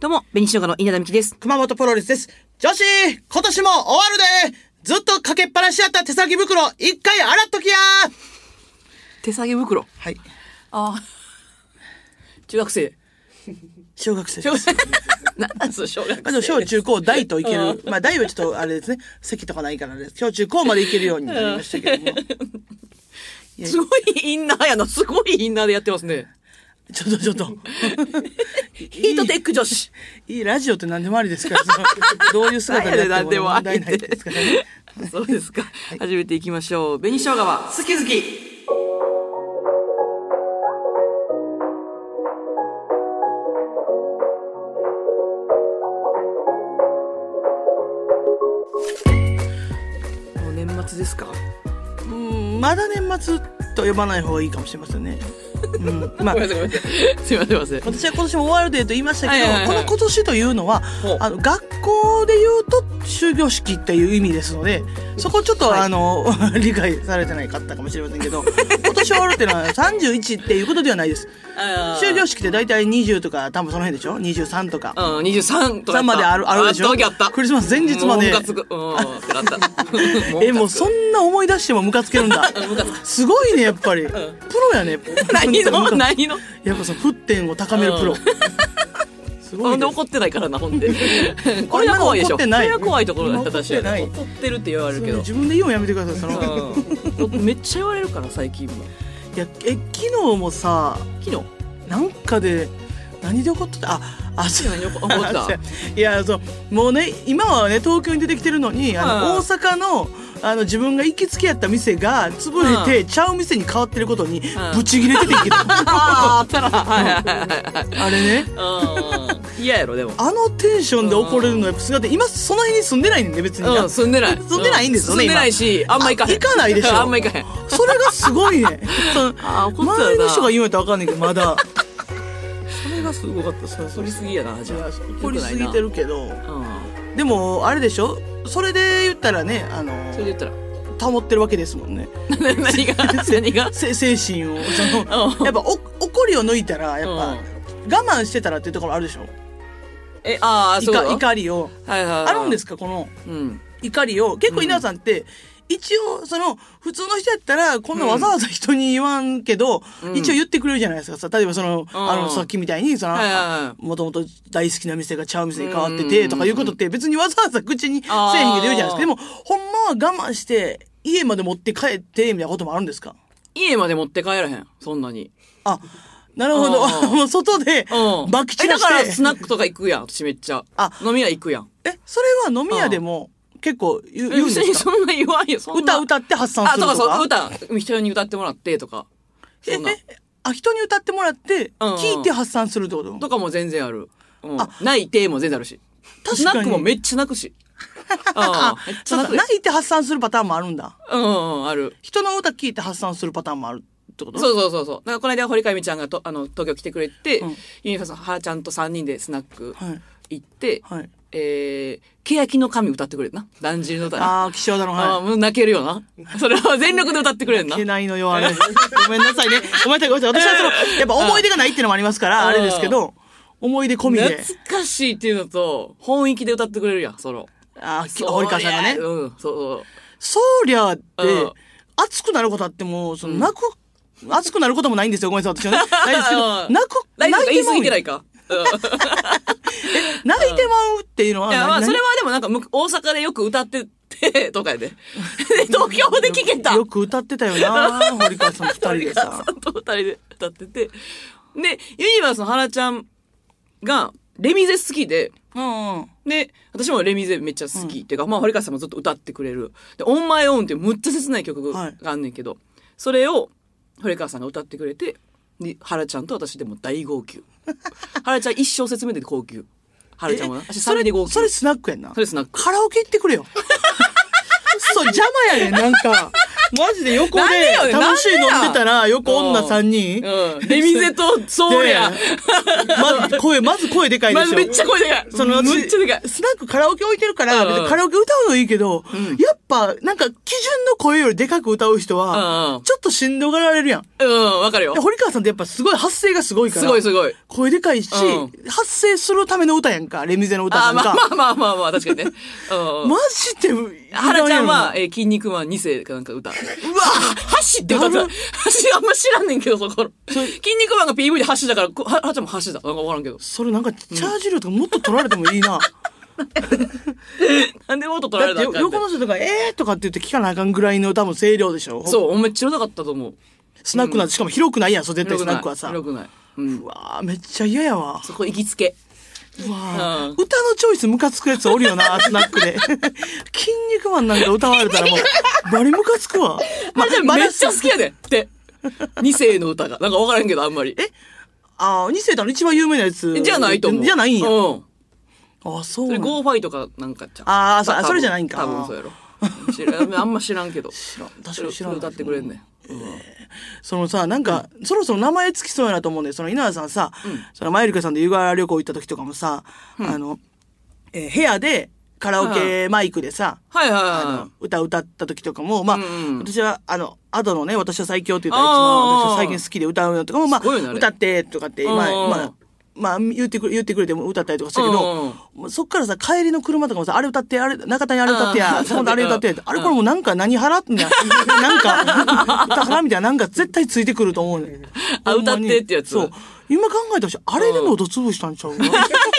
どうも、紅生姜の稲田美希です。熊本プロレスです。女子、今年も終わるでずっとかけっぱなしやった手先袋、一回洗っときや手提げ袋。はい。中学生。小学生です。なんす、小学まあでも小中高大といける。まあ大はちょっとあれですね、席とかないからです。小中高までいけるようになりましたけども。生。すごいインナーやな。すごいインナーでやってますね。 ちょっと ちょっと。ヒートテック女子。いいラジオって何でもあり ですから、そのどういう姿でやっても問題ないですからね。そうですか。始めていきましょう。紅生姜は好き好き。もう年末ですか。うんまだ年末と呼ばない方がいいかもしれませんね。うん、まあごめんなさい、ごめんなさい。 すいません、すいま私は今年も終わるでと言いましたけど、はいはいはいこの今年というのはほう、あの、学校で言うと、終業式っていう意味ですので、そこちょっと、あの、 理解されてないかったかもしれません けど、今年終わるっていうのは31っていうことではないです。せん。終業式って大体20とか、多分その辺でしょ ?23 とか。うん、23とかやった。 3まである、あるでしょあった時あった。クリスマス前日もまでうム。カつく。うん、ってなった。 え、もうそんな思い出してもムカつけるん だ。すごいね、やっぱり。プロやね。何 の何のやっぱその、沸点を高めるプうロん。すほごいんでね。怒ってないからな、ほ んで。これが怖いでしょ。怒ってないこれが怖いところだった、怒っ確てかないに。怒ってるって言われるけど。自分で言うのやめてください、その。うん僕めっちゃ言われるから、最近も。いやえ昨日もさ昨日。なんかで何で怒ってたああそう何で怒怒って たいやそうもうね今はね東京に出てきてるのにあの、うん大阪のあの自分が行きつけやった店が潰れて、ちゃう店に変わってることにブチ切れててんけど、 ああ、あったら。はいはいあれねはいはい。うん。嫌やろ、でも。あのテンションで怒れるのやっぱすがって今その辺に住んでないんで別に、うん、住んでない。 住んでないんですよね住んでないし、あんま行かへん。あ行かないでしょ あんま行かへん。それがすごいねその あ怒ってたな周りの人が言うんやったら分かんないけど まだそれがすごかったそれそ怒れりすぎやな、じゃあ。怒りすぎてる。るけどうん。でもあれでしょそれで言ったらねあのそれで言ったら。 保ってるわけですもんね何が 何がせ精神を そうんのやっぱお怒りを抜いたらやっぱ、うん我慢してたらっていうところあるでしょえ、ああ、そう怒だ。怒りをはいはいはい。。あるんですすかこのうん。怒りを結構稲田さんって、一応その普通の人やったらこんなわざわざ人に言わんけど、一応言ってくれるじゃないですかさ例えばその,、あのさっきみたいにその、はいはいはいもともと大好きな店がちゃう店に変わっててとかいうことって別にわざわざ口にせえへんけど言うじゃないですあーかでもほんまは我慢して家まで持って帰ってみたいなこともあるんですか家まで持って帰らへん。そんなに。あなるほどうん もう外でうん。バキ散えらだから、しスてナックとか行くやん、私めっちゃ。あ飲み屋行くやん。えそれは飲み屋でも結構言う言うん別でにすかそんな言わんよ。そんな歌歌って発散あ、するとかとそう、か歌、人に歌ってもらってとか。えそんな。え あ人に歌ってもらってうんうん聞いて発散するってこと、とかも全然ある。うんあ。ない手も全然あるし。かにスナックもめっちゃ泣く し。ああ、めっちゃそう泣かくで。泣いて発散するパターンもあるんだうんうんうん、ある。人の歌聞いて発散するパターンもあるってことそうそうそうそう。なんかこの間堀川由美ちゃんがとあの東京来てくれて、んユニファーさん、母ちゃんと三人でスナックはい行って、はいえー、欅の神歌ってくれるな。だんじりの歌ね。ああ岸和田のはいあーもう泣けるよな。それは全力で歌ってくれるな。けないのよ、あれ。 ごめんなさいね。ごめんなさい、ごめんなさい。私はその、やっぱ思い出がないっていうのもありますから、あれですけど、思い出込みで。懐かしいっていうのと、本域で歌ってくれるやん、ソロ。あー、き堀川さんがそねりゃ。うん、そうそう。そりゃってうん、熱くなることあっても、その、泣く、熱くなることもないんですよ。ごめんなさい、私 はね。ないですけど、うん泣く、ライブとか言い過ぎてないい。か。うん泣いてまうっていうのいは、や、まあ、なそれはでもなんかむ、大阪でよく歌ってて、とかやで。で、東京で聞けた。よく歌ってたよ な、堀川さん二人でさ。さんと二人で歌ってて。で、ユニバースの原ちゃんが、レミゼ好きで、うんうん。で、私もレミゼめっちゃ好き。っていうか、まあ、堀川さんもずっと歌ってくれる。で、オンマイオンっていうむっちゃ切ない曲があんねんけど、それを堀川さんが歌ってくれ て、で、原ちゃんと私でも大号泣。原ちゃん一生説明で高級。はるちゃんもな。え私そ3れ人で号泣。それスナックやんな。それスナックカラオケ行ってくれよ。そう、邪魔やねん、なんか。マジで横でなんでよ楽しい飲んでたなんでやら、横女3人。うん。レミゼとソーでヤ。まず声、まず声でかいで ましずょ。めっちゃ声でかい。その、めっちゃでかい。スナックカラオケ置いてるから、うんうん別にカラオケ歌うのいいけど、やっぱ、なんか、基準の声よりでかく歌う人うんうはん、ちょっとしんどがられるやん。うん、わかるよで。堀川さんってやっぱすごい発声がすごいから。すごいすごい。声でかいし、う発声するための歌やんか、レミゼの歌あーなんまか。あまあまあまあまあ、確かにね。うんうんマ。ジで、はらちゃんは、ええー、筋肉マン2世かなんか歌。うわ箸って歌だってた。る箸あんま知らんねんけど、そこ。筋肉マンが PV で箸だから、こははらちゃんも箸だ。なんかわからんけど。それなんか、チャージ料とかもっと取られてもいいな。なんで音取らだれったてんかっよて横の人とか、えーとかって言って聞かなあかんぐらいの多分声量でしょ。う。そう、おめっちゃ良かったと思う。スナックなんて、しかも広くないやん、そう絶対ス広くないナックはさ。広くうない。うん。わーめっちゃ嫌やわ。そこ行きつけ。うわーうん歌のチョイスムカつくやつおるよな、スナックで。筋肉マンなんか歌われたら もう、バリムカつくわ。まあ、じゃまだめっちゃ好きやで。って。2世の歌が。なんかわからんけど、あんまり。ああ、二世だの一番有名なやつ。じゃないと思う。じゃないんや。うん。ああ、そそうなれんだゴーファイとかなんかちゃうあーそう多分それじゃないんか多分そうやろ。知らんあんま知らんけど。知らん確かに知らん歌ってくれんねん。そのさ、なんか、そろそろ名前つきそうやなと思うんだよ。その稲田さんさ、そのマユリカさんと湯河原旅行行った時とかもさ、あの、えー部屋でカラオケマイクでさ、はいはいあはの歌歌った時とかも、まあ、うんうん私は、あの、アドのね、私は最強って言ったらあー一番私は最近好きで歌うのとかも、ますあ、ごいよねあれ歌ってとかって、うんまあ、まあ、まあ、言ってくれ、言ってくれても歌ったりとかしたけうんうんど、もうそっからさ、帰りの車とかもさ、あれ歌って、あれ、中谷あれ歌ってうや ん、そこであれ歌ってや、あれこれもうなんか何払って んや、なんか、歌払みたいな、なんか絶対ついてくると思うねん。あほんまに歌ってってやつそう。今考えたらし、あれで喉潰したんちゃうかな。い。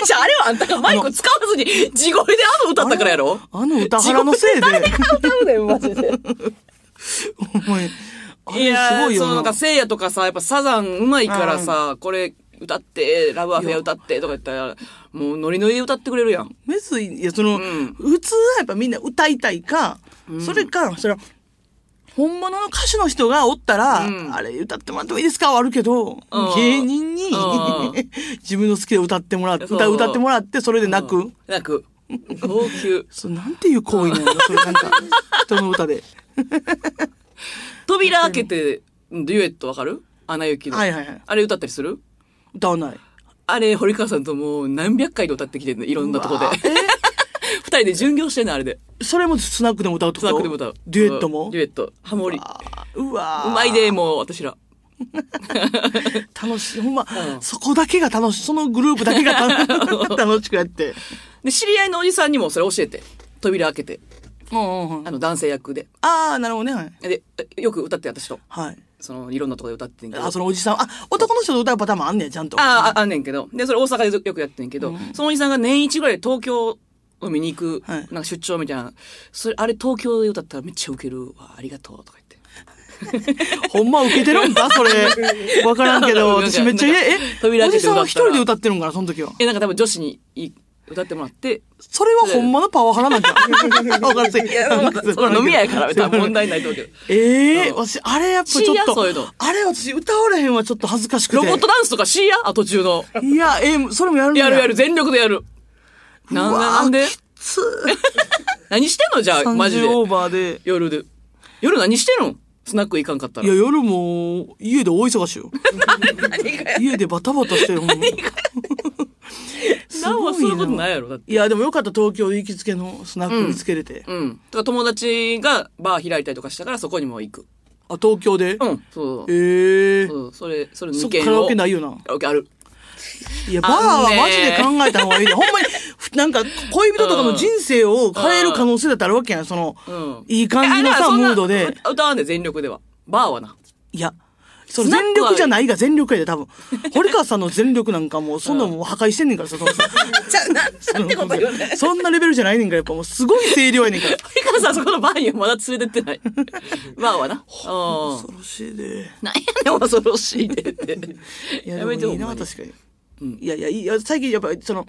じゃあ、あれはあんたがマイク使わずに、地声であの歌ったからやろあの歌腹のせ いで。歌うねん、マジ で。お前あいれすやごいー、よそなのなんか、聖夜とかさ、やっぱサザンうまいからさ、これ歌って、ラブアフェア歌ってとか言ったら、もうノリノリで歌ってくれるやん。メスいやその、ん普通はやっぱみんな歌いたいか、それかそれは本物の歌手の人がおったら、うんあれ歌ってもらってもいいですかはあるけど、ん芸人うにん 自分の好きで歌ってもらってそう歌歌ってもらってそれで泣く、泣く。号泣。そうなんていう行為なのそれなんか 人の歌で扉開けて、デュエットわかる穴行きの。はいはいはいあれ歌ったりする歌わないあれ、堀川さんともう何百回で歌ってきてんねいろんなとこで。 二人で巡業してんねんあれで。それもスナックでも歌うってスことナックでも歌う。デュエットもデュエット。ハモリ。うわうまいで、もう、私ら。楽しいほんま、そこだけが楽しいそのグループだけが 楽楽しくやってで、知り合いのおじさんにもそれ教えて。扉開けて。ああの、男性役で。あーなるほどねはいで、えよく歌って、私と。はいその、いろんなとこで歌ってんけど。あ、そのおじさん。あ、男の人の歌うパターンもあんねや、ちゃんと。ああ、あんねんけど。で、それ大阪でよくやってんけど、そのおじさんが年一ぐらいで東京を見に行く、はいなんか出張みたいな。それ、あれ東京で歌ったらめっちゃウケるわ。ありがとう。とか言って。ほんま受けてる んかそれ。わからんけど、なんか私めっちゃ嫌、え扉、お開けじて歌っさたんらは一人で歌ってるんかな、その時は。え、なんか多分女子にいい歌ってもらって、それはほんまのパワハラなんじゃん。わからんせいや、まあその飲み屋やから、多分問題ないと思う けど。ええうん私、あれやっぱち深ょ夜っとそういうの、あれ私歌われへんはちょっと恥ずかしくて。ロボットダンスとかしいやあ、途中の。いや、えーそれもやるんだやるやる、全力でやる。なんうでわーなんできつ何してんのじゃあ、マジで30。オーバーで。夜で。夜何してんのスナック行かんかったいらや、。夜も、家で大忙しよ。家でバタバタしてるもん。 すなんごはそういうことないいやろ、だって。いや、でもよかった、東京行きつけのスナック見つけれて。うん。だから友達がバー開いたりとかしたからそこにも行く。あ、東京で、うん。そう。ええそうそれ、それ2そっ件を。カラオケないよなカラオケある。いや、バーはあのねマジで考えた方がいいで。ほんまに、ふなんか、恋人とかの人生を変える可能性だってあるわけやん。その、うん。いい感じのえあだからさ、そんムなードで。歌わんで全力では。バーはな。 いや、そのスナックは全力じゃないが全力やで、 多分。堀川さんの全力なんかもう、そんなもう破壊してんねんからさ、そのさ じゃ、な、なんてことよね。そんなレベルじゃないねんから、やっぱもうすごい声量やねんから。ピカさんそこのバーにはまだ連れてって ない。バーはな。うん。恐ろしいで。なんやねん、恐ろしいでって。いやや、でもめていほいんまな、に確かに。いやいや、いいや最近やっぱりその、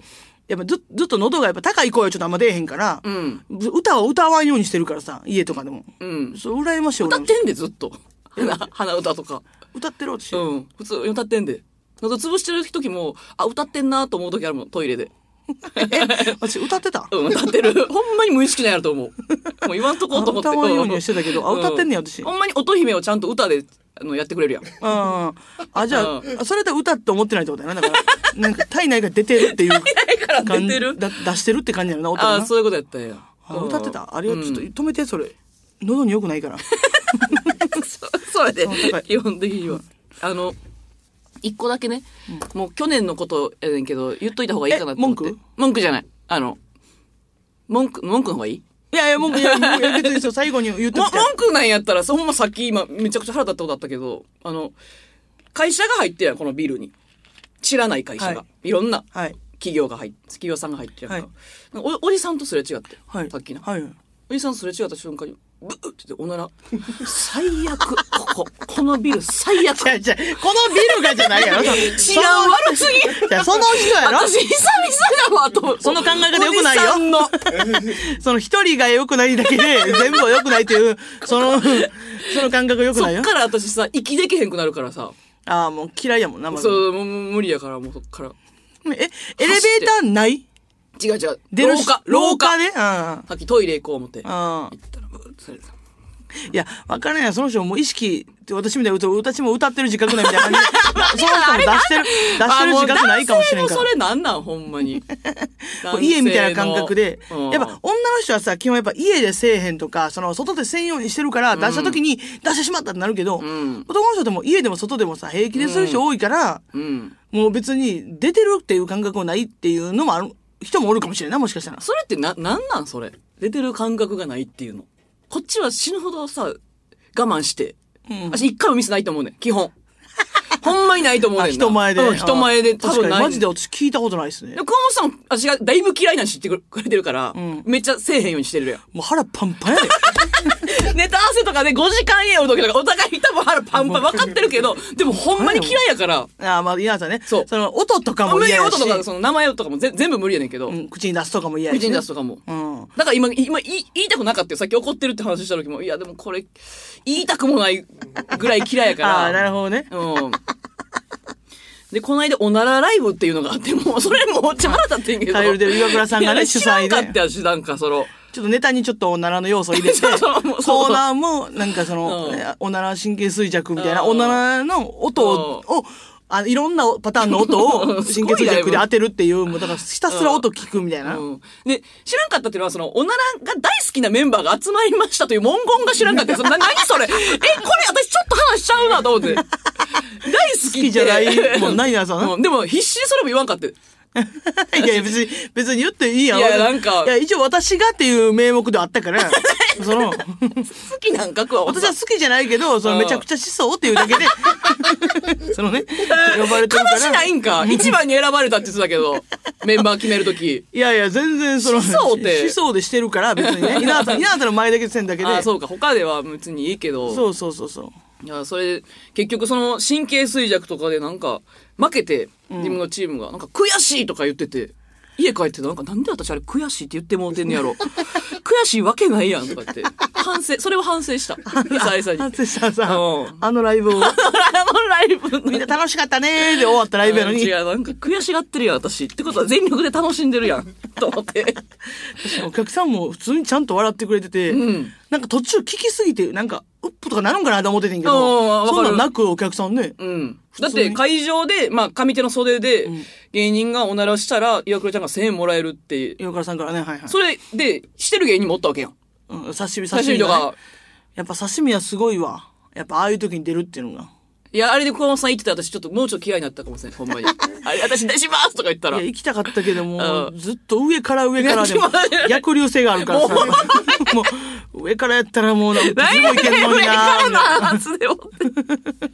やっぱずずっと喉がやっぱ高い声はちょっとあんま出えへんから、ん歌は歌わんようにしてるからさ、家とかでも。うん。そう、羨ましい俺歌っもてんで、ずっと。 鼻鼻歌とか。歌ってる私。うん。普通に歌ってんで。喉潰してる時も、あ、歌ってんなと思う時あるもん、トイレで。 え、私歌ってたうん、歌って る。ほんまに無意識なんやろと思う。もう言わんとこうと思って。あ歌わんようにはしてたけどあ歌ってんねや私ほんまに乙姫をちゃんと歌で、あの、やってくれるやん。うん。あ、じゃあ、それで歌って思ってないってことやな。だから、なん か体内が出てるっていう感じ。体内から出てるだ出してるって感じやろな、音があなあ、そういうことやったんや。あ歌ってたあれははちょっと止めて、それ。喉に良く ないから。そうそうやでそう高い、基本的には。あの、一個だけね、もう去年のことやねんけど、言っといた方がいいかなと思って。え文句文句じゃない。あの、文句、文句の方がいいいやいや、もう、いや、もういや別にそう最後に言ってまきて。文句なんやったら、そほんまさっき今、めちゃくちゃ腹立ったことあったけど、あの、会社が入ってるやん、このビルに。知らない会社が。、はいろんなはい。企業が入って、企業さんが入ってるやんか。はいなんかおおじさんとすれ違って、はい。さっきの。はい。おじさんすれ違った瞬間に、ブーって言っておなら。最悪。ここ、このビル最悪。じゃじゃこのビルがじゃないやろ。違う治安悪すぎじゃその人やろ。私久々だわと思ってその考え方良くないよおじさんのその一人が良くないだけで、全部は良くないという、その、その感覚良くそないよっ。から私さ息できへんくなるからさああ、もう嫌いやもんな、まず。そうもうもう無理やからもうそっからえ、エレベーターない違う違う出る廊し下廊下ででうんさっきトイレ行こう思って行っうん。たらブーッとされたいや、わからんやん。その人も意識って、私みたいに歌う、私も歌ってる自覚ないみたいな感 じで。その人も出してる、出してる自覚ないかもしれんかあもう男性のそら。れなんなんほんま にこう家みたいな感覚で、男性のうんやっぱ女の人はさ、基本やっぱ家でせえへんとか、その外でせんようにしてるから、出した時に出してしまったってなるけど、ん男の人でも家でも外でもさ、平気でする人多いから、うんもう別に出てるっていう感覚もないっていうのもある、人もおるかもしれんない、もしかしたら。それってななんなんそれ出てる感覚がないっていうのこっちは死ぬほどさ我慢して、私一回もミスないと思うねん基本 ほんまにないと思うねんあな人前で。うん人前で多確分かにないマジで私聞いたことないですねで。熊本さん、私がだいぶ嫌いなの知ってくれてるから、めっちゃせえへんようにしてるやん。もう腹パンパンやで。 ネタ合わせとかで5時間家おる時とか、お互い多分腹パンパン分かってるけど、でもほんまに嫌いやから、ああ、まあ、皆さんね。そうその、音とかあんもまり嫌や音し。とか、その名前とかもぜ全部無理やねんけど、うん、口に出すとかも嫌やし。口に出すとかも。うん。だから今、今言い言いたくなかったよ。さっき怒ってるって話した時も、いやでもこれ、言いたくもないぐらい嫌いやか あら。あ、なるほどね。うん。で、この間、おならライブっていうのがあって、もう、それもう、ちゃ腹立ってんけど。カエルで岩倉さんがいねや主催で知らんかったよ、し、なんか、その。ちょっとネタにちょっとおならの要素を入れて、コ そうそうもうそうーナーも、なんかその、うんねおなら神経衰弱みたいな、うんおならの音を、をあのいろんなパターンの音をうん す神ご経い衰ライブ弱で当てるっていう、もうだからひたすら音聞くみたいな。うんで、知らんかったっていうのは、その、おならが大好きなメンバーが集まりましたという文言が知らんかったよ。そのな、何それえ、これ私ちょっと話しちゃうなと思って。大好きって好きじゃないもんな稲田さんなうんでも、必死でそれも言わんかって。いやいや、別に、別に言っていいやん。いやなんかいや、一応私がっていう名目では あったから、その、好きなんかくは、私は好きじゃないけど、そのうんめちゃくちゃ思想っていうだけで、 そのね、呼ばれてるから。悲しないんか。一番に選ばれたって言ってたけど、メンバー決めると き。いやいや、全然その、思想って思想でしてるから、別 にね。稲田さん、稲田さんの前だけせんだけで。ああ、そうか。他では別にいいけど。そうそうそうそう。いや、それ、結局その神経衰弱とかでなんか、負けて、自分のチームが、なんか悔しいとか言ってて、家帰ってなんか、なんで私あれ悔しいって言ってもうてんねや ろ。悔しいわけないやんとかって。反省、それを反省した。久々あに。つしさんさうん、あのライブを、 ライブのみんな楽しかったねーで終わったライブやのに、違う、なんか悔しがってるやん、私。ってことは全力で楽しんでるやん。と思って。お客さんも普通にちゃんと笑ってくれてて、うんなんか途中聞きすぎて、なんか、うっぷとかなるんかなと思っててんけうど、んそわんなかるんなくお客さんね、うん。だっ通にて会場で、まあ、上手の袖で、芸人がおならしたら、岩倉ちゃんが1000円もらえるって、岩倉さんからね、はいはい。それで、してる芸人もおったわけやん。うん、刺身、最刺初身にとがね、か、やっぱ刺身はすごいわ。やっぱああいう時に出るっていうのが。いや、あれで熊本さん言ってたら私ちょっともうちょっと嫌いになったかもしれない、ほんまに。あれ、私出しますとか言ったら。いや、い行きたかったけどもう、ずっと上から上からでもいやでも、逆流性があるからさ。もう、上からやったらもう、なんか、いけんのにからなな。はずでよ。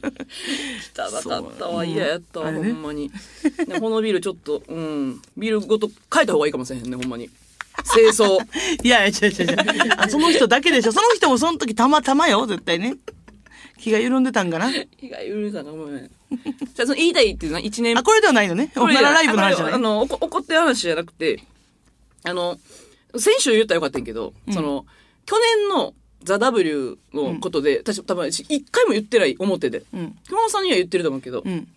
汚かったわ、嫌やったわ、あれほねんまに。でこのビルちょっと、うん、ビルごと変えた方がいいかもしれへんね、ほんまに。清掃。いやいや、違う違う違うあ。その人だけでしょ。その人もその時たまたまよ、絶対ね。気が緩んでたんかな。被害許さんかごめん。じゃあ、その言いたいっていうのは1年あ、これではないのね。おこれならライブの話じゃあない。の、怒怒ってる話じゃなくて、あの、先週言ったらよかったんやけど、その、去年のザ・ W のことで、私多分私一回も言ってない表で。ん熊本さんには言ってると思うけど、ん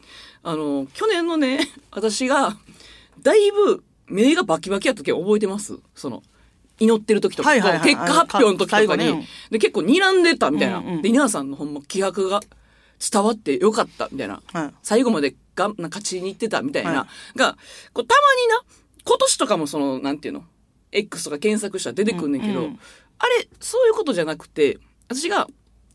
あの、去年のね、私が、だいぶ目がバキバキやった時は覚えてますその、祈ってる時とか、はいはいはい結果発表の時とか最に、後ねで、結構睨んでたみたいな。うんうんで、稲田さんのほんま気迫が伝わってよかったみたいな。はい最後までがんな勝ちに行ってたみたいな。はが、こうたまにな、今年とかもその、なんていうの ?X とか検索したら出てくんねんけど、うんうんあれ、そういうことじゃなくて、私が、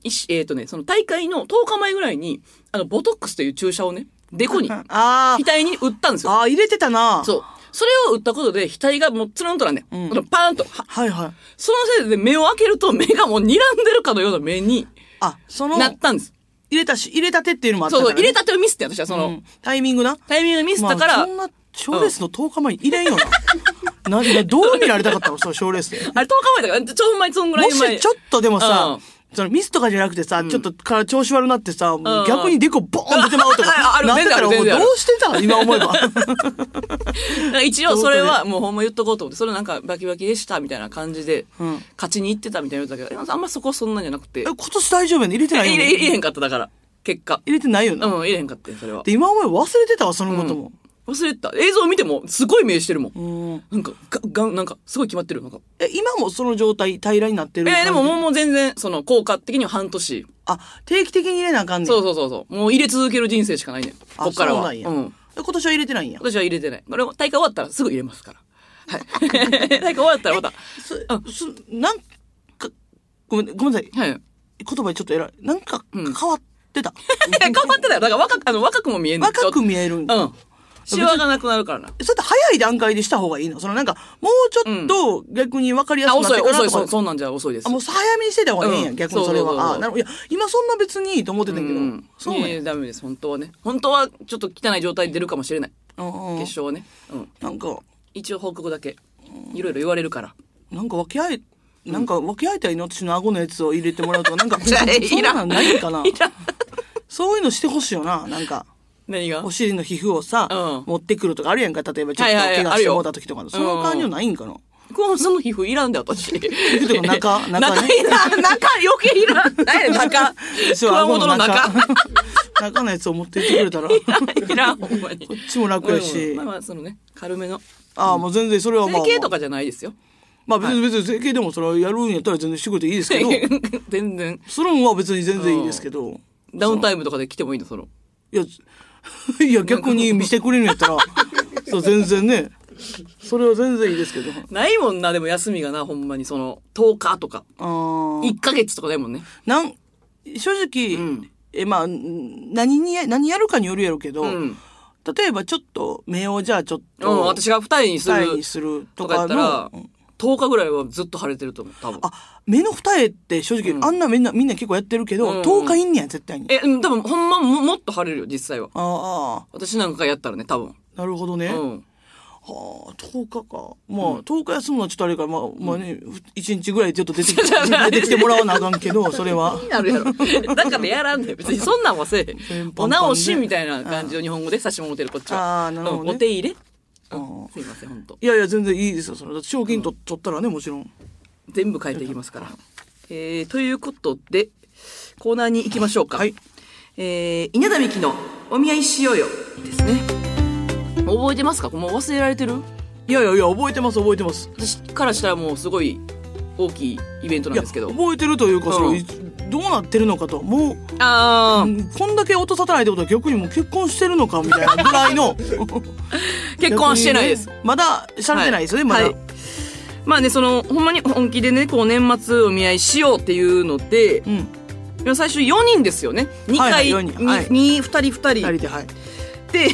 いしえっ、とね、その大会の10日前ぐらいに、あの、ボトックスという注射をね、デコに、ああー額に打ったんですよ。あー入れてたなそう。それを打ったことで、額がもうつらんとなんね、うんそのパーンと。ははいはいそのせいで目を開けると目がもう睨んでるかのような目にあそのなっ入たんです。れたし入れた手っていうのもあったそうから、そう、ね、入れたてをミスって私はその、うんタイミングなタイミングをミスったから、まあ、そんな賞レースの10日前に入れんよな ななどう見られたか ったのその賞レースであれ10日前だから、ちょ、ほんまにそんぐらもい前。しちょっとでもさ、そのミスとかじゃなくてさ、ちょっとから調子悪なってさ、もううん逆にデコボーン出てまうと あか、るなってたらも全う然どあるうしてた今思え ば。だから一応それはもうほんま言っとこうと思って、それなんかバキバキでしたみたいな感じで、うん勝ちに行ってたみたいなだけど、あんまそこそんなんじゃなくて、え今年大丈夫やね入れてない入よれね入れへんかっただから、結果。入れてないような。んで、入れへんかったよそれは。今思えば忘れてたわ、そのことも。忘れてた。映像見ても、すごい目してるもん。うんなんか、が、がん、なんか、すごい決まってる。なんか。え、今もその状態平らになってるえ感じ。ー、でももう、もう全然、その、効果的には半年。あ、定期的に入れなあかんねん。そうそうそうそう。もう入れ続ける人生しかないねん。あこっからそうは。なんや。ん。え今年は入れてないんや。私は入れてない。これも大会終わったらすぐ入れますから。はい。 大会終わったらまた。すう、す、なんか、ごめん、ごめんなさい。はい。言葉ちょっと偉い。なんか変わっ てた。頑張ってたよ。だから若く、あの、若くも見えんねん若く見ええるんる。うん。シワがなくなるからな。それって早い段階でした方がいいのそのなんか、もうちょっと逆に分かりやすあ、くなっ遅てい、からと遅か、い、そうそんなんじゃ遅いです。あ、もう早めにしてた方がいいんや、うん逆にそれは。そうそうそうそうあ、なるほど。いや、今そんな別にいいと思ってたけど。うん。そういねやいやダメです、本当はね。本当は、ちょっと汚い状態に出るかもしれない。うんうん決勝はね。うん。なんか、一応報告だけ。いろいろ言われるから。なんか分け合え、なんか分け合えたらいいの私の顎のやつを入れてもらうとか、なんか、そ じゃあ んいらんなんないんかないらんそういうのしてほしいよな、なんか。何がお尻の皮膚をさ、うん持ってくるとかあるやんか。例えばちょっはといはいはい怪我あしるてよもうた時とかの。その感じはないんかな。こうその皮膚いらんで私。皮膚とか 中中ねいらん中余計いらん。何 やねん中。熊本の中。中のやつを持って行ってくれた ら。いらんほんまに。こっちも楽やしまあまあそのね軽めのああ、もう全然それはまあ、整まあ。形とかじゃないですよ。まあ別に別に整形でもそれはやるんやったら全然してくれていいですけど、 全然するんは別に全然いいですけど、ダウンタイムとかで来てもいいのその。いや、 いや逆に見せてくれるんやっ たら、そう全然ね、それは全然いいですけど。ないもんなでも休みがなほんまにその10日とかああ。 1ヶ月とかないもんね。なん、正直、んえ、まあ、ん何にや、何やるかによるやろうけど、うん。例えばちょっと目をじゃあちょっうと、ん私が二重にす二重るにするととかやかったのら、10日ぐらいはずっと腫れてると思う多分。あ、目の二重って正直、あんなみんな、みんな結構やってるけど、うん10日いんねや、絶対に。えうん多分ほんまももっと腫れるよ実際は。あ私なんかやったらね多分。あ、なるほどね。うん。はあ、10日か。まあ、10日休むのはちょっとあれから、まあ、まあね、1日ぐらいちょっと出てき て、出てきてもらわなあかんけど、それは気。になるやろ。 だからやらんねん別にそんなんはせえへ全ん般。お直しみたいな感じを日本語で差し持てるこっちは。あーなるほどねうんお手入れあすいません、本当いやいや、全然いいですよ、それ。だって賞金と取ったらね、もちろん。全部変えていきますから。えー、ということで、コーナーに行きましょうか。はい。えー、稲田美希のお見合いしようよですね。覚えてますかもう忘れられてるいやいやいや、覚えてます、覚えてます。私からしたらもうすごい大きいイベントないんや、ですけど。覚えてるというか、そのうんいどうなってるのかと。もう、あー、こんだけ音立たないってことは逆にもう結婚してるのかみたいなぐらいの。 結婚してないです。逆にね。まだ、しゃれてないですよね、まはだい。まあね、その、ほんまに本気でね、こう年末お見合いしようっていうので、うん。でも最初4人ですよね。2はいはい回、四に人はいに2人2二人人で、はい。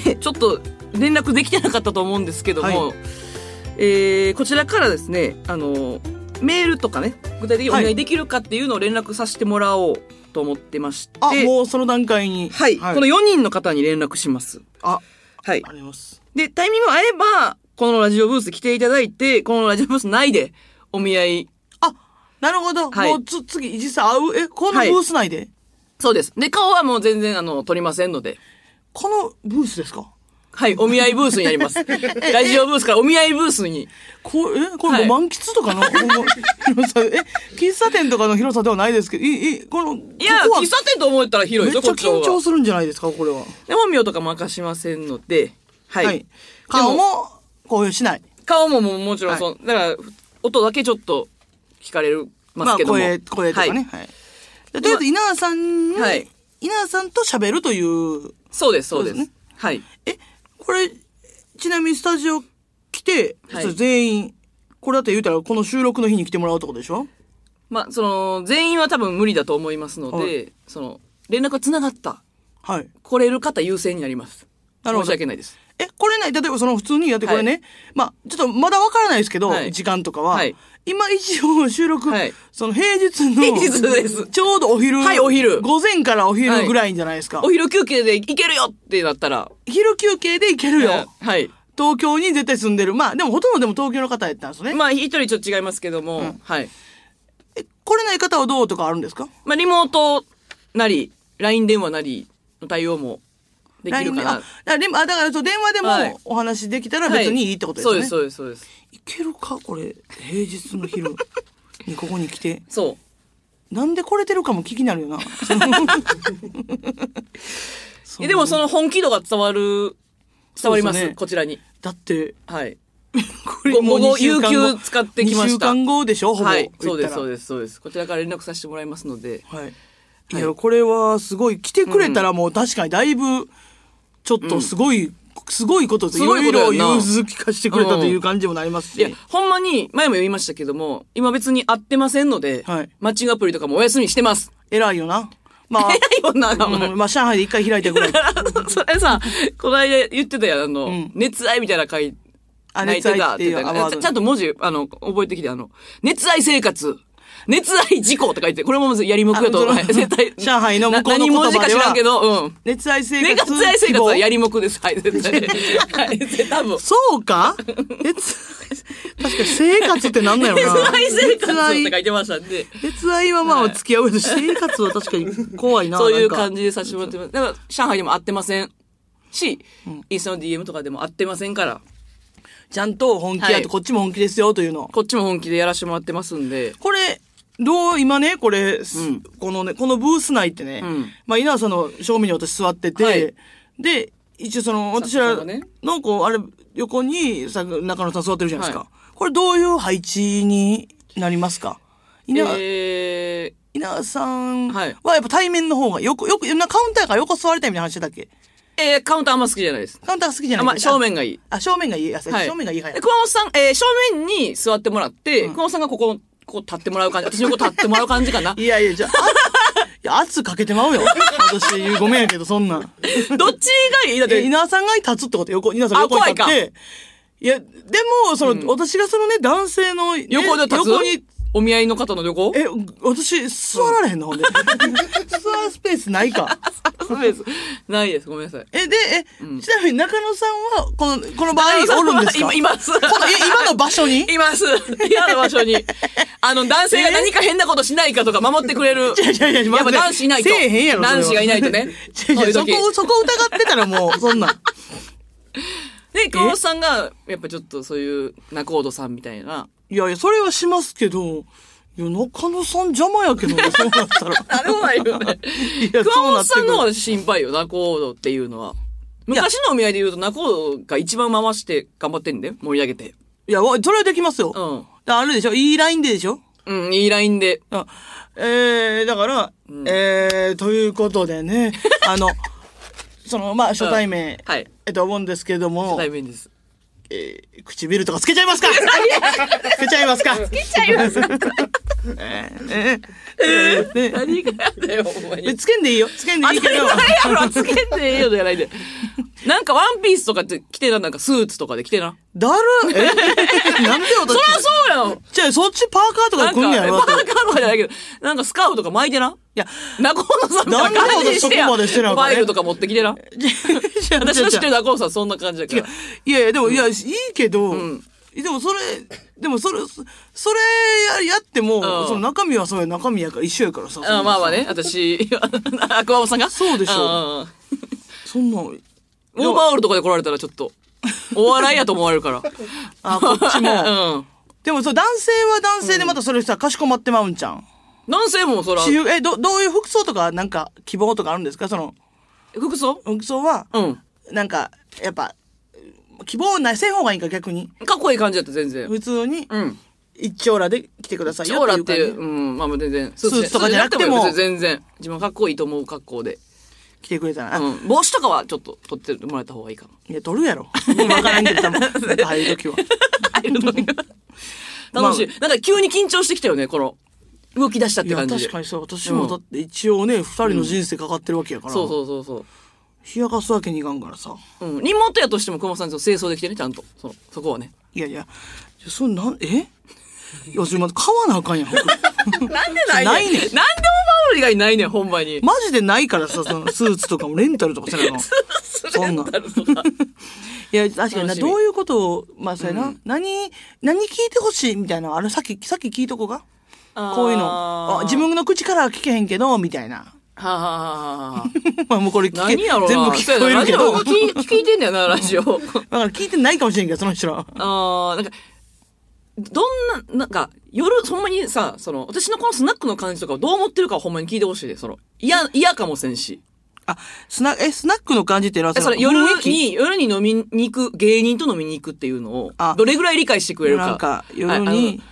で、 ちょっと連絡できてなかったと思うんですけども、はえーこちらからですね、あの、メールとかね、具体的におはい願いできるかっていうのを連絡させてもらおうと思ってまして、あ、もうその段階に。はい、この4人の方に連絡します。あ、はいあ。ります。で、タイミングが合えば、このラジオブース来ていただいて、このラジオブース内でお見合いあ、なるほど。はいもうつ、次、実際会う、え、このブース内で、そうです。で、顔はもう全然、あの、撮りませんので。このブースですかはい、お見合いブースになり ます。ラジオブースからお見合いブースに。こうえ、これはいもう満喫とか の、もう広さ、え、喫茶店とかの広さではないですけど、い、い、この、いや、ここは喫茶店と思ったら広いめでっすちゃよ、こっち緊張は。するんじゃないですか、これは。で、本名とかも明かしませんので、はい。はい。顔も、公表しない。顔ももうもちろんそ、はうだから、音だけちょっと聞かれまますあけども。声、声とかね。はいはい。でとりあえず稲田さんに、はい稲田さんと喋るという。そうです、そうです。そうですはい。え、これ、ちなみにスタジオ来て、はいそれ全員、これだって言うたらこの収録の日に来てもらうとこでしょまあ、その、全員は多分無理だと思いますので、はいその、連絡が繋がった、はい。来れる方優先になります。なるほど申し訳ないです。え、これない、例えばその普通に、だってこれね、はいまあ、ちょっとまだわからないですけど、はい時間とかは、はい今一応収録、はいその平日の、平日ですちょうどお昼、はいお昼午前からお昼ぐらいじゃないですか。お昼休憩で行けるよってなったら、昼休憩で行けるよ。はい。東京に絶対住んでる。まあ、でもほとんどでも東京の方やったんですね。まあ、一人ちょっと違いますけども、はい。え来れない方はどうとかあるんですかまあ、リモートなり、LINE 電話なりの対応もできる LINE かで。あ、だなか。らでもあだからそう電話ではいもお話できたら別にいいってことですね。はいそうです、そうです、そうです。いけるかこれ、平日の昼 にここに来て。そう。なんで来れてるかも気に なるよな。えでもその本気度が伝わる、伝わります、そうですねこちらに。だって、はい。これもう午後2週間有給使ってきました2週間後でしょほぼ。はい。そうです、そうでです、そうです。こちらから連絡させてもらいますので。す。はい。いや、これはすごい、来てくれたらもう確かにだいぶ、ちょっとすごい、すごいことです。すいごろいこいとやろんな融通きかしてくれたという感じもなりますいやし。、ほんまに、前も言いましたけども、今別に会ってませんので、はいマッチングアプリとかもお休みしてます。偉いよな。ま あ、偉い女が、うんまあ、上海で一回開いたぐらい。それさ、この間言ってたやん、あの、熱愛みたいな回、あ 泣いてたっていう熱愛っていうアワードちゃんと文字、あの、覚えてきて、あの、熱愛生活、熱愛事故って書いて、これもまずやりもくやと、あはそいの絶対。 上海の向こうのな何文言葉で字はか知らんけど、うん。熱愛生活。熱愛生活はやりもくです。はい、絶 対。はい、絶対多分。そう か熱愛、確かに生活ってなんだよな。熱愛生活って書熱愛いてましたんで。熱愛はまあ付き合うけど、生活は確かに怖いな。そういうなんか感じでさせてもらってます。だから、上海でも会ってませんし、インスタの DM とかでも会ってませんから、ちゃんと本気やと、はいこっちも本気ですよというの。こっちも本気でやらせてもらってますんで、これ、どう、今ね、これ、このね、このブース内ってね、んまあ、稲田さんの正面に私座ってて、はいで、一応その、私さらっきのねの、こう、あれ、横に、さ中野さん座ってるじゃないですか。はこれ、どういう配置になりますか稲田、え稲田さんははいやっぱ対面の方が、よく、よく、なカウンターから横座りたいみたいな話してたっけー、えー、カウンターあんま好きじゃないです。カウンターが好きじあゃないまあ、正面がいい。あ、正面がいい。あはい、正面がいい派でや。熊本さん、えー正面に座ってもらって、熊本さんがここ、こう立ってもらう感じ、私のここ立ってもらう感じかな。いやいや、じゃあ、あいや、圧かけてまうよ。私、ごめんやけど、そ んなん。どっちがいいだっで、て、稲田さんが立つってこと横、稲田さんが横に立あっ怖いて。いや、でも、その、私がそのね、男性の、ね横で立つ横に、お見合いの方の横え、私、座られへん の、ほんで。座るスペースないか。そうです。 ないです。ごめんなさい。え、で、え、ちなみに中野さんは、この、この場合、おるんですかいいます。この、え今の場所 にいます。嫌な場所に。あの、男性が何か変なことしないかとか守ってくれる。いやいやいや、やっぱ男子いないと。せえへんやろ。それは。男子がいないとね いそうやいいうや、そ時こ、そこ疑ってた らもう、そんなん。で、熊本さんが、やっぱちょっとそういう、仲人さんみたいな。いやいや、それはしますけど、いや、中野さん邪魔やけ どね、そうなったら。あれもないよね。 い熊や、そうな本ってくさんるの方が心配よ、仲人っていうのは。昔のお見合いで言うと、仲人が一番回して頑張ってんで、盛り上げて。いや、わそれはできますよ。うんだあれでしょいいラインででしょうん、いいラインで。あえー、だから、えー、ということで ね、あの、その、まあ、初対面、うんはいえと思うんですけども、対面です。えー唇とかつけちゃ いますかつけちゃいますかつけちゃいますかえー、ねえーね何がやだよ、お前えつけんでいいよ。つけんでいいけど。当たり前やろつけんでええよじゃないで。なんかワンピースとかって着てな、なんかスーツとかで着てな。だる え なんでそりゃ私。そうやんじゃあ、そっちパーカーとなかん来んねやろか、だパってーカーとかじゃないけど、なんかスカーフとか巻いてな。 いや、中尾さんみたいな感じにしてや。なんでそこまでしてなあフかんねァイルとか持ってきてな。じゃあ私の知ってじゃる中尾さんそんな感じだから。あいやいや、でも、いや、いいけど、でもそれ、でもそれ、そそれややっても、その中身はそうや、中身やから、一緒やからさ。あまあまあね。ね、私、 あ熊本さんがそうでしょうああそんなん、オーバーオールとかで来られたらちょっと、お笑いやと思われるから。 あ、こっ ちも。うん。でも、そう、男性は男性でまたそれさ、かしこまってまうんちゃん。男性もそら、私服え、ど、どういう服装とか、なんか、希望とかあるんですかその、服装服装は、うん。なんか、やっぱ、希望ないせん方がいいんか逆に。かっこいい感じだった、全然。普通に、うん。一丁羅で来てくださいチよ。ョーラっていう、感じうん、まあもう全然。スーツとかじゃなくても別に全然。自分かっこいいと思う格好で。来てくれたら。うん。帽子とかはちょっと取ってもらった方がいいかも。いや、取るやろ。わからんけど、多分あ あいう時は。楽しい。なんか急に緊張してきたよね、この、動き出したっいてや、感じで。確かにそう。私もだって一応ね、二人の人生かかってるわけやから。そうそうそうそう。冷やかすわけにいかんからさ。うん。リモートやとしても熊さんと清掃できてね、ちゃんと。その、そこはね。いやいや、いやそれなん、え いや、ちょ、待って買わなあかんやん。服なんでないねんないねん。なんでオーバーオール以外ないねん、ほんまに。マジでないからさ、そのスーツとかもレンタルとかせなあかん。そんなん。いや、確かにな、楽しみどういうことを、まあ、そうやな、何、何聞いてほしいみたいなの、あれ、さっき、さっき聞いとこが。こういうの。あ自。分の口からは聞けへんけど、みたいな。はあ、はあはあはあ、 まあ、もうこれ聞け、全何部やろうな。聞こえるけそうど。やなラジオ聞い聞いてんだよな、ラジオ。 だから聞いてないかもしれんけど、その人ら。あーなんか、どんな、なんか、夜、ほんまにさ、その、私のこのスナックの感じとかをどう思ってるかをほんまに聞いてほしいで、その、嫌、嫌かもせんし。あ、スナ、え、スナックの感じっていうのはえそれの夜雰囲気に、夜に飲みに行く、芸人と飲みに行くっていうのをあ、どれぐらい理解してくれるか。なんか、夜はいあのに、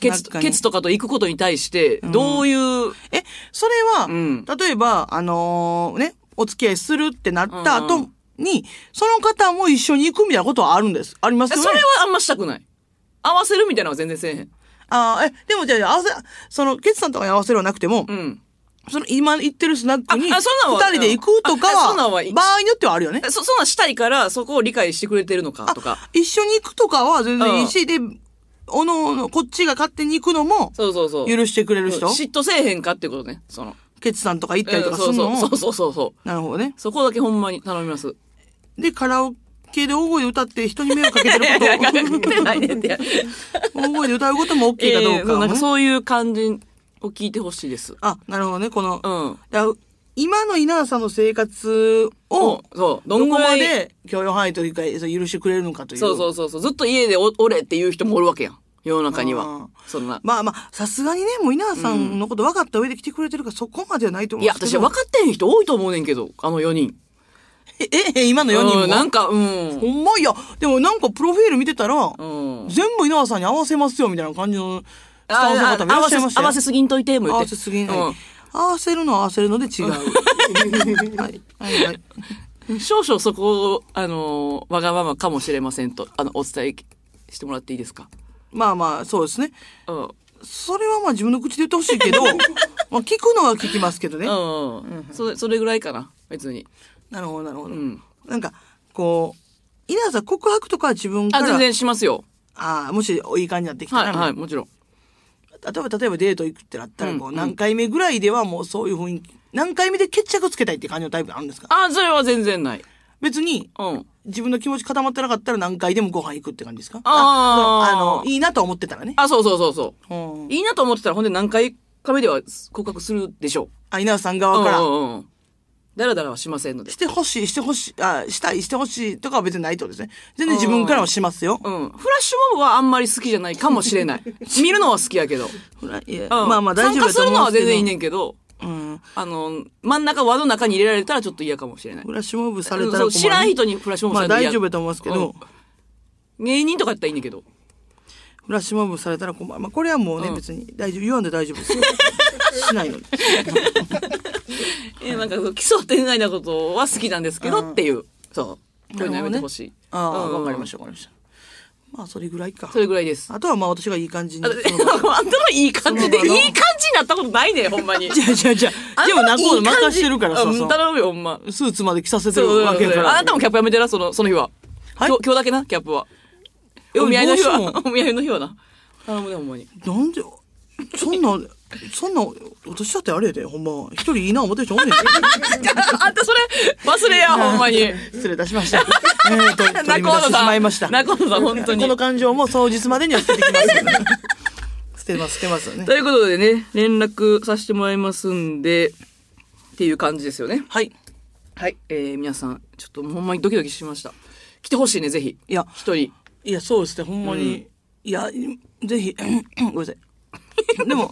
ケスツ、ナックにケツとかと行くことに対して、どういう、え、それは、ん例えば、あのーね、お付き合いするってなったうん後に、その方も一緒に行くみたいなことはあるんです。ありますえよね。それはあんましたくない。合わせるみたいなのは全然せえへん。あーえ、でもじゃあ、合わせ、その、ケツさんとかに合わせるはなくても、うん。その、今行ってるスナックあに、二あそんなんは人で行くとかああそんなんははい、場合によってはあるよねえ。そ、そんなんしたいから、そこを理解してくれてるのか、とか。一緒に行くとかは全然いいし、で、おのおの、こっちが勝手に行くのも、そうそうそう。許してくれるうん人嫉妬せえへんかってことね。その。ケツさんとか行ったりとかするのうんをそうそうそうそうそう。なるほどね。そこだけほんまに頼みます。で、カラオケで大声で歌って人に迷惑かけてる いや、かけこてないねんて。と、大声で歌うことも OK かどうかえーもなね、んかそういう感じを聞いてほしいです。あ、なるほどね、この、うん。だ今の稲田さんの生活を、そう。どどんこぐまらい。で許容範囲というか、そう許してくれるのかという。そうそうそうそう。ずっと家でおおれっていう人もおるわけやん。世の中にうはん。そんな。まあまあ、さすがにね、もう稲田さんのこと分かった上で来てくれてるから、そこまではないと思いうや、んです私けはど。分かってへん人多いと思うねんけど、あの4人。え、え、今の4人も。うんなんか、うん。ほんまいや、でもなんかプロフィール見てたら、うん。全部稲葉さんに合わせますよ、みたいな感じのスタンスの方もいらっしゃいました合よわせすぎんといて、も言合って。わせすぎない。うん合わせるのは合わせるので違う。 はい。はい、はい。少々そこを、あのーわがままかもしれませんと、あの、お伝えしてもらっていいですか。まあまあ、そうですね。うん。うん。それはまあ自分の口で言ってほし いけど、まあ聞くのは聞きますけどね。それ、それぐらいかな。別に。なるほど、なるほど。んなんか、こう、稲葉さん告白とかは自分かあ、ら、全然しますよ。ああ、もしいい感じになってきたはら、い、はい、もちろん。例えば、例えばデート行くってなったら、こう、うん何回目ぐらいではもうそういう雰囲気、何回目で決着つけたいって感じのタイプがあるんですかあ、それは全然ない。別に、うん。自分の気持ち固まってなかったら何回でもご飯行くって感じですかあーあの、いいなと思ってたらね。あ、そうそうそうそうう。んいいなと思ってたら、ほんで何回か目では告白するでしょあ、稲田さんう。側かうんら、うんうん。だらだらはしませんのでし。てほしい、してほしい、あ、したい、してほしいとかは別にないってことですね。全然自分からはしますよ。うん。フラッシュモブはあんまり好きじゃないかもしれ ない。見るのは好きやけど。ほらいやうんまあまあ大丈夫参加するのは全然いいねん。んけど、うん。あの、真ん中、輪の中に入れられたらちょっと嫌かもしれないフ。ラッシュモブされたそら困うる知らん人にフラッシュモブさまあれたら大嫌丈夫やと思いますけど、芸人とかやったらいいねんけど。フラッシュモブされたら困る。まあこれはもうね、うん別に大丈夫。言わんで大丈夫で すよ。しないので。えなんかそう基礎点外なことは好きなんですけどっていう。そう。こういうのやめてほしい。ああ、うんわかりました、わかりました。まあそれぐらいかそ。れぐらいです。あとはまあ私がいい感じに。ああんたのいい感じで、いい感じになったことないねんほんまに。じゃあじゃあじゃあ。でも中尾の任してるからさ、うんその頼むよ、ほんま。スーツまで着させてそうるそうわけやそかう。ら。あなたもキャップやめてな、その、その日は。はい今日今日だけな、キャップは。えお見合いの日は帽子、お見合いの日はな。頼むね、ほんまに。なんで、そんな、そんな、私だってあれやで、ほんま、一人いいな思ってる人おんねん。あんたそれ、忘れや、 ほんまに。失礼いたしました。えーと、取り乱してしまいました。こ中野さん、本当に。の感情も当日までには捨ててきます。 捨てます、捨てますよ ねと。いうことでね、連絡させてもらいますんで、っていう感じですよね。はい。はい。えー、皆さん、ちょっとほんまにドキドキしました。来てほしいね、ぜひ。いや一人。いや、そうですね、ほんまに。いや、ぜひ、 ごめんなさい。でも、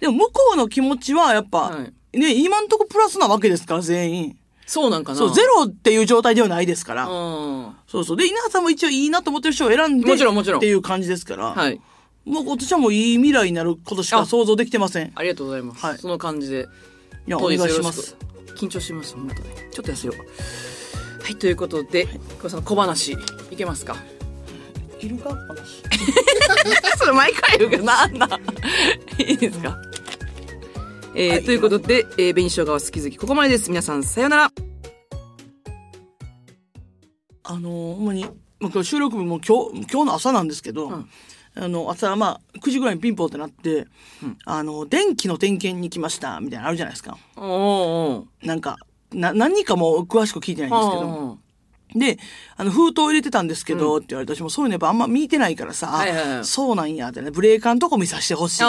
でも向こうの気持ちはやっぱ、はね、今んとこプラスなわけですから、全員。 そうなんかな。そう、ゼロっていう状態ではないですから。うん。そうそう。で、稲葉さんも一応いいなと思ってる人を選んで。もちろんもちろんっていう感じですから。はい。もう今年はもういい未来になることしかあ想像できてません。いありがとうございます。はいその感じで。や、お当日願いよろしくます。。緊張します、本当ね。ちょっと痩せよう。はい、ということで、これさん小話、いけ ますかいるか話。それ毎回言うけど、なんだ。いいですかえーということで、えー、紅生姜は好き好き、ここまでです。皆さん、さよなら。あの、ほんまに、もう今日収録日も今日、今日の朝なんですけど、んあの、朝、まあ、9時ぐらいにピンポンってなって、あの、電気の点検に来ました、みたいなのあるじゃないですか。おおおなんか、な、何かもう詳しく聞いてないんですけど。おで、あの、封筒入れてたんですけど、って言われて、私もそういうのやっぱあんま見てないからさ、はいはいはいそうなんや、ってね、ブレーカーのとこ見させてほしい、みたい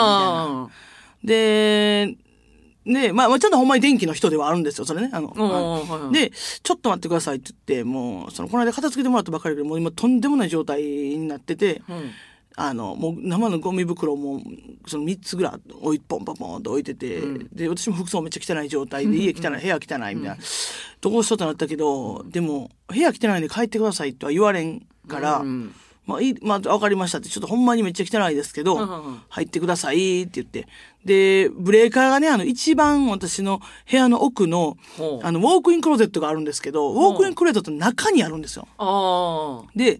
あな。で、ね、まあ、まあ、ちゃんとほんまに電気の人ではあるんですよ、それね。あの、うんうんうんあのはいはいで、ちょっと待ってくださいって言って、もう、その、この間片付けてもらったばかりで、もう今とんでもない状態になってて、んあの、もう生のゴミ袋も、その3つぐらい置い、ポンポンポンと置いてて、で、私も服装めっちゃ汚い状態で、家汚い、部屋汚いみたいな、どうしようとなったけど、でも、部屋汚いんで帰ってくださいとは言われんから、まあいい、まあ、わかりましたって、ちょっとほんまにめっちゃ汚いですけど、んうん入ってくださいって言って。で、ブレーカーがね、あの、一番私の部屋の奥のほ、うあの、ウォークインクローゼットがあるんですけど、ウォークインクローゼットの中にあるんですよ。あああで、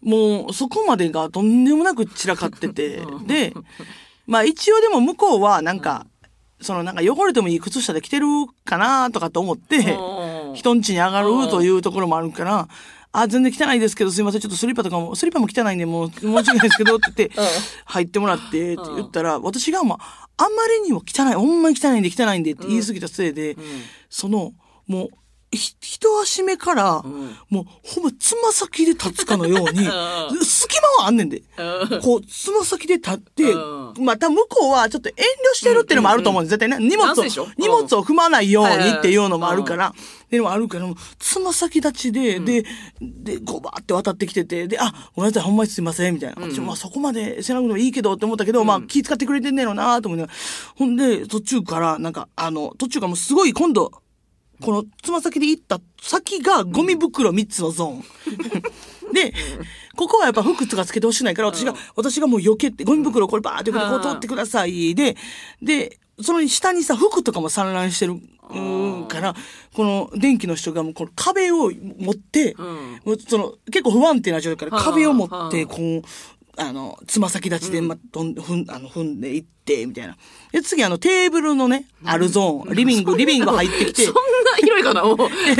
もう、そこまでがとんでもなく散らかってて、で、まあ一応でも向こうはなんか、そのなんか汚れてもいい靴下で着てるかなとかと思ってう、ん人んちに上がるというところもあるから、あ、全然汚いですけど、すいません、ちょっとスリッパとかも、スリッパも汚 いんで、もう申し訳ないですけど、って言って、入ってもらって、って言ったら、私がもう、あんまりにも汚い、ほんまに汚いんで汚いんでって言い過ぎたせいで、その、もう、ひ一足目から、もう、ほぼつま先で立つかの ように、隙間はあんねんで。こう、つま先で立って、うまた向こうはちょっと遠慮してるっていうのもあると思うんです。絶対ね、荷物なんせをでしょ、荷物を踏まないようにっていうのもあるからうんから、でもあるから、もうつま先立ちで、で、で、こうバーって渡ってきてて、で、あ、ごめんなさい、ほんまにすいません、みたいな。私もまあそこまでせなくてもいいけどって思ったけど、まあ気遣ってくれてんねえのなと思いながら。ほんで、途中から、なんか、あの、途中からもうすごい今度、このつま先で行った先がゴミ袋3つのゾーン。で、ここはやっぱ服とかつけてほしくないから、私が、私がもう避けて、ゴミ袋をこれバーってこう通ってください。で、で、その下にさ、服とかも散乱してる、うん、から、この電気の人がもうこの壁を持って、もうその、結構不安定な状態かはらい壁を持って、はいこう、あの、つま先立ちで、ま、どん、ふん、あの、踏んでいって、みたいな。で、次、あの、テーブルのね、あるゾーン、リビング、リビング入 ってきてそん、な広いかなもう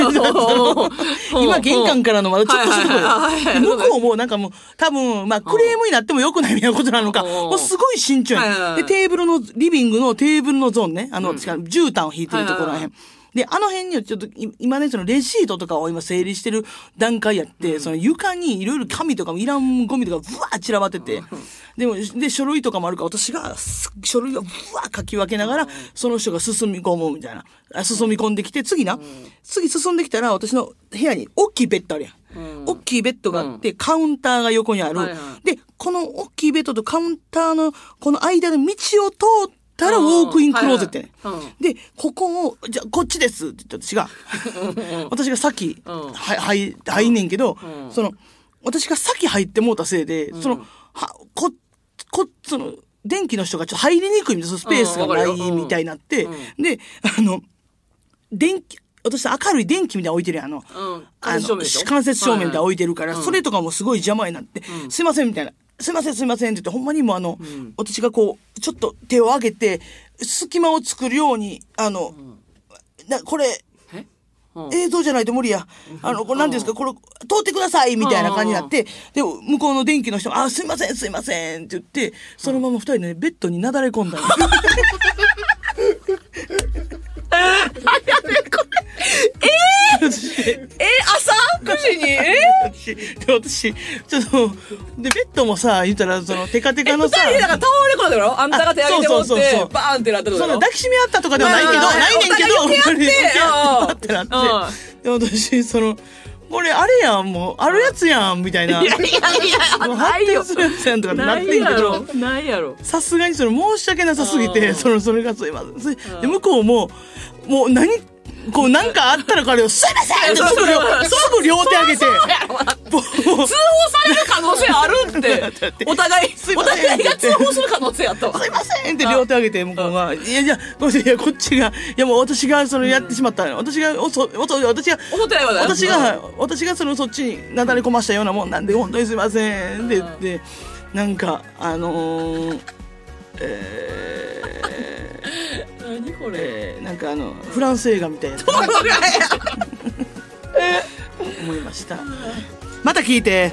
今玄関からのまだちょっとしたところはいはいはいはいで向こうもなんかもう多分まあクレームになってもよくないみたいなことなのかうんもうすごい慎重はいはいはにいでテーブルのリビングのテーブルのゾーンねあの、違う絨毯を引いてるところらはいへはいんで、あの辺にはちょっとい、今ね、そのレシートとかを今整理してる段階やって、その床にいろいろ紙とかもいらんゴミとかぶわー散らばってて、でも、で、書類とかもあるから、私がす書類をぶわー書き分けながら、その人が進み込むみたいな。あ進み込んできて、次な、次進んできたら、私の部屋に大きいベッドあるやん。大きいベッドがあって、カウンターが横にあるはいは。で、この大きいベッドとカウンターの、この間の道を通ったら、ウォークインクローゼットやねん。はいはいうんで、ここを、じゃあこっちですって言った私が、私が先、うんは、はい、入んねんけど、その、私が先入ってもうたせいで、その、は、こ、こ、その、電気の人がちょっと入りにくいみたいな、そのスペースがなうんわかるいようんみたいになって、で、あの、電気、私明るい電気みたいなの置いてるやん、あの、うんあ間接照明のでしょ間接照明みたいなの置いてるから、はいはいそれとかもすごい邪魔になって、すいませんみたいな、すいませんすいませんって言って、ほんまにもうあの、私がこう、ちょっと手を上げて、隙間を作るように、あの、なこれ、えうん映像じゃないと無理や。あの、これ何ですか、これ、通ってくださいみたいな感じになって、で、向こうの電気の人が、あ、すいません、すいませんって言って、そのまま二人でね、ベッドになだれ込んだの。え 朝 ?9 時にえ私で、私、ちょっと、で、ベッドもさ、言ったら、その、テカテカの二さ、人でなんか倒れ込んだろあんたが手上げて持あそうそうそうそっうて、バーンってなったとそこんなろ抱きしめ合ったとかではないけど、まあまあないねんけど、お互い手やって本当に手やって、で私、その、これあれやん、もう、あるやつやん、みたいな。いやいやいや、もうな発いよ展。するやつやんとかってなっなていんやけろど、。ないやろ。さすがにその申し訳なさすぎうて、んその、それがすいません。で、向こうも、もう何、こうなんかあったら彼を、すいませんってすぐ両すぐ両手上げて。もう通報される可能性ある って。お互い、すいおませ互んいが通報する可能性あったわ。すいませんって両手上げて、向こうが、いやいや、ごめんなさいいや、こっちが、いやもう私がそのやってしまった、私が、おそ、おそ、私が、思ってないわね私が、私がそのそっちになだれ込ましたようなもんなんで、本当にすいませんって言って、なんか、あのー、何これ。えーなんかあの、フランス映画みたいなやつ思いました。また聞いて。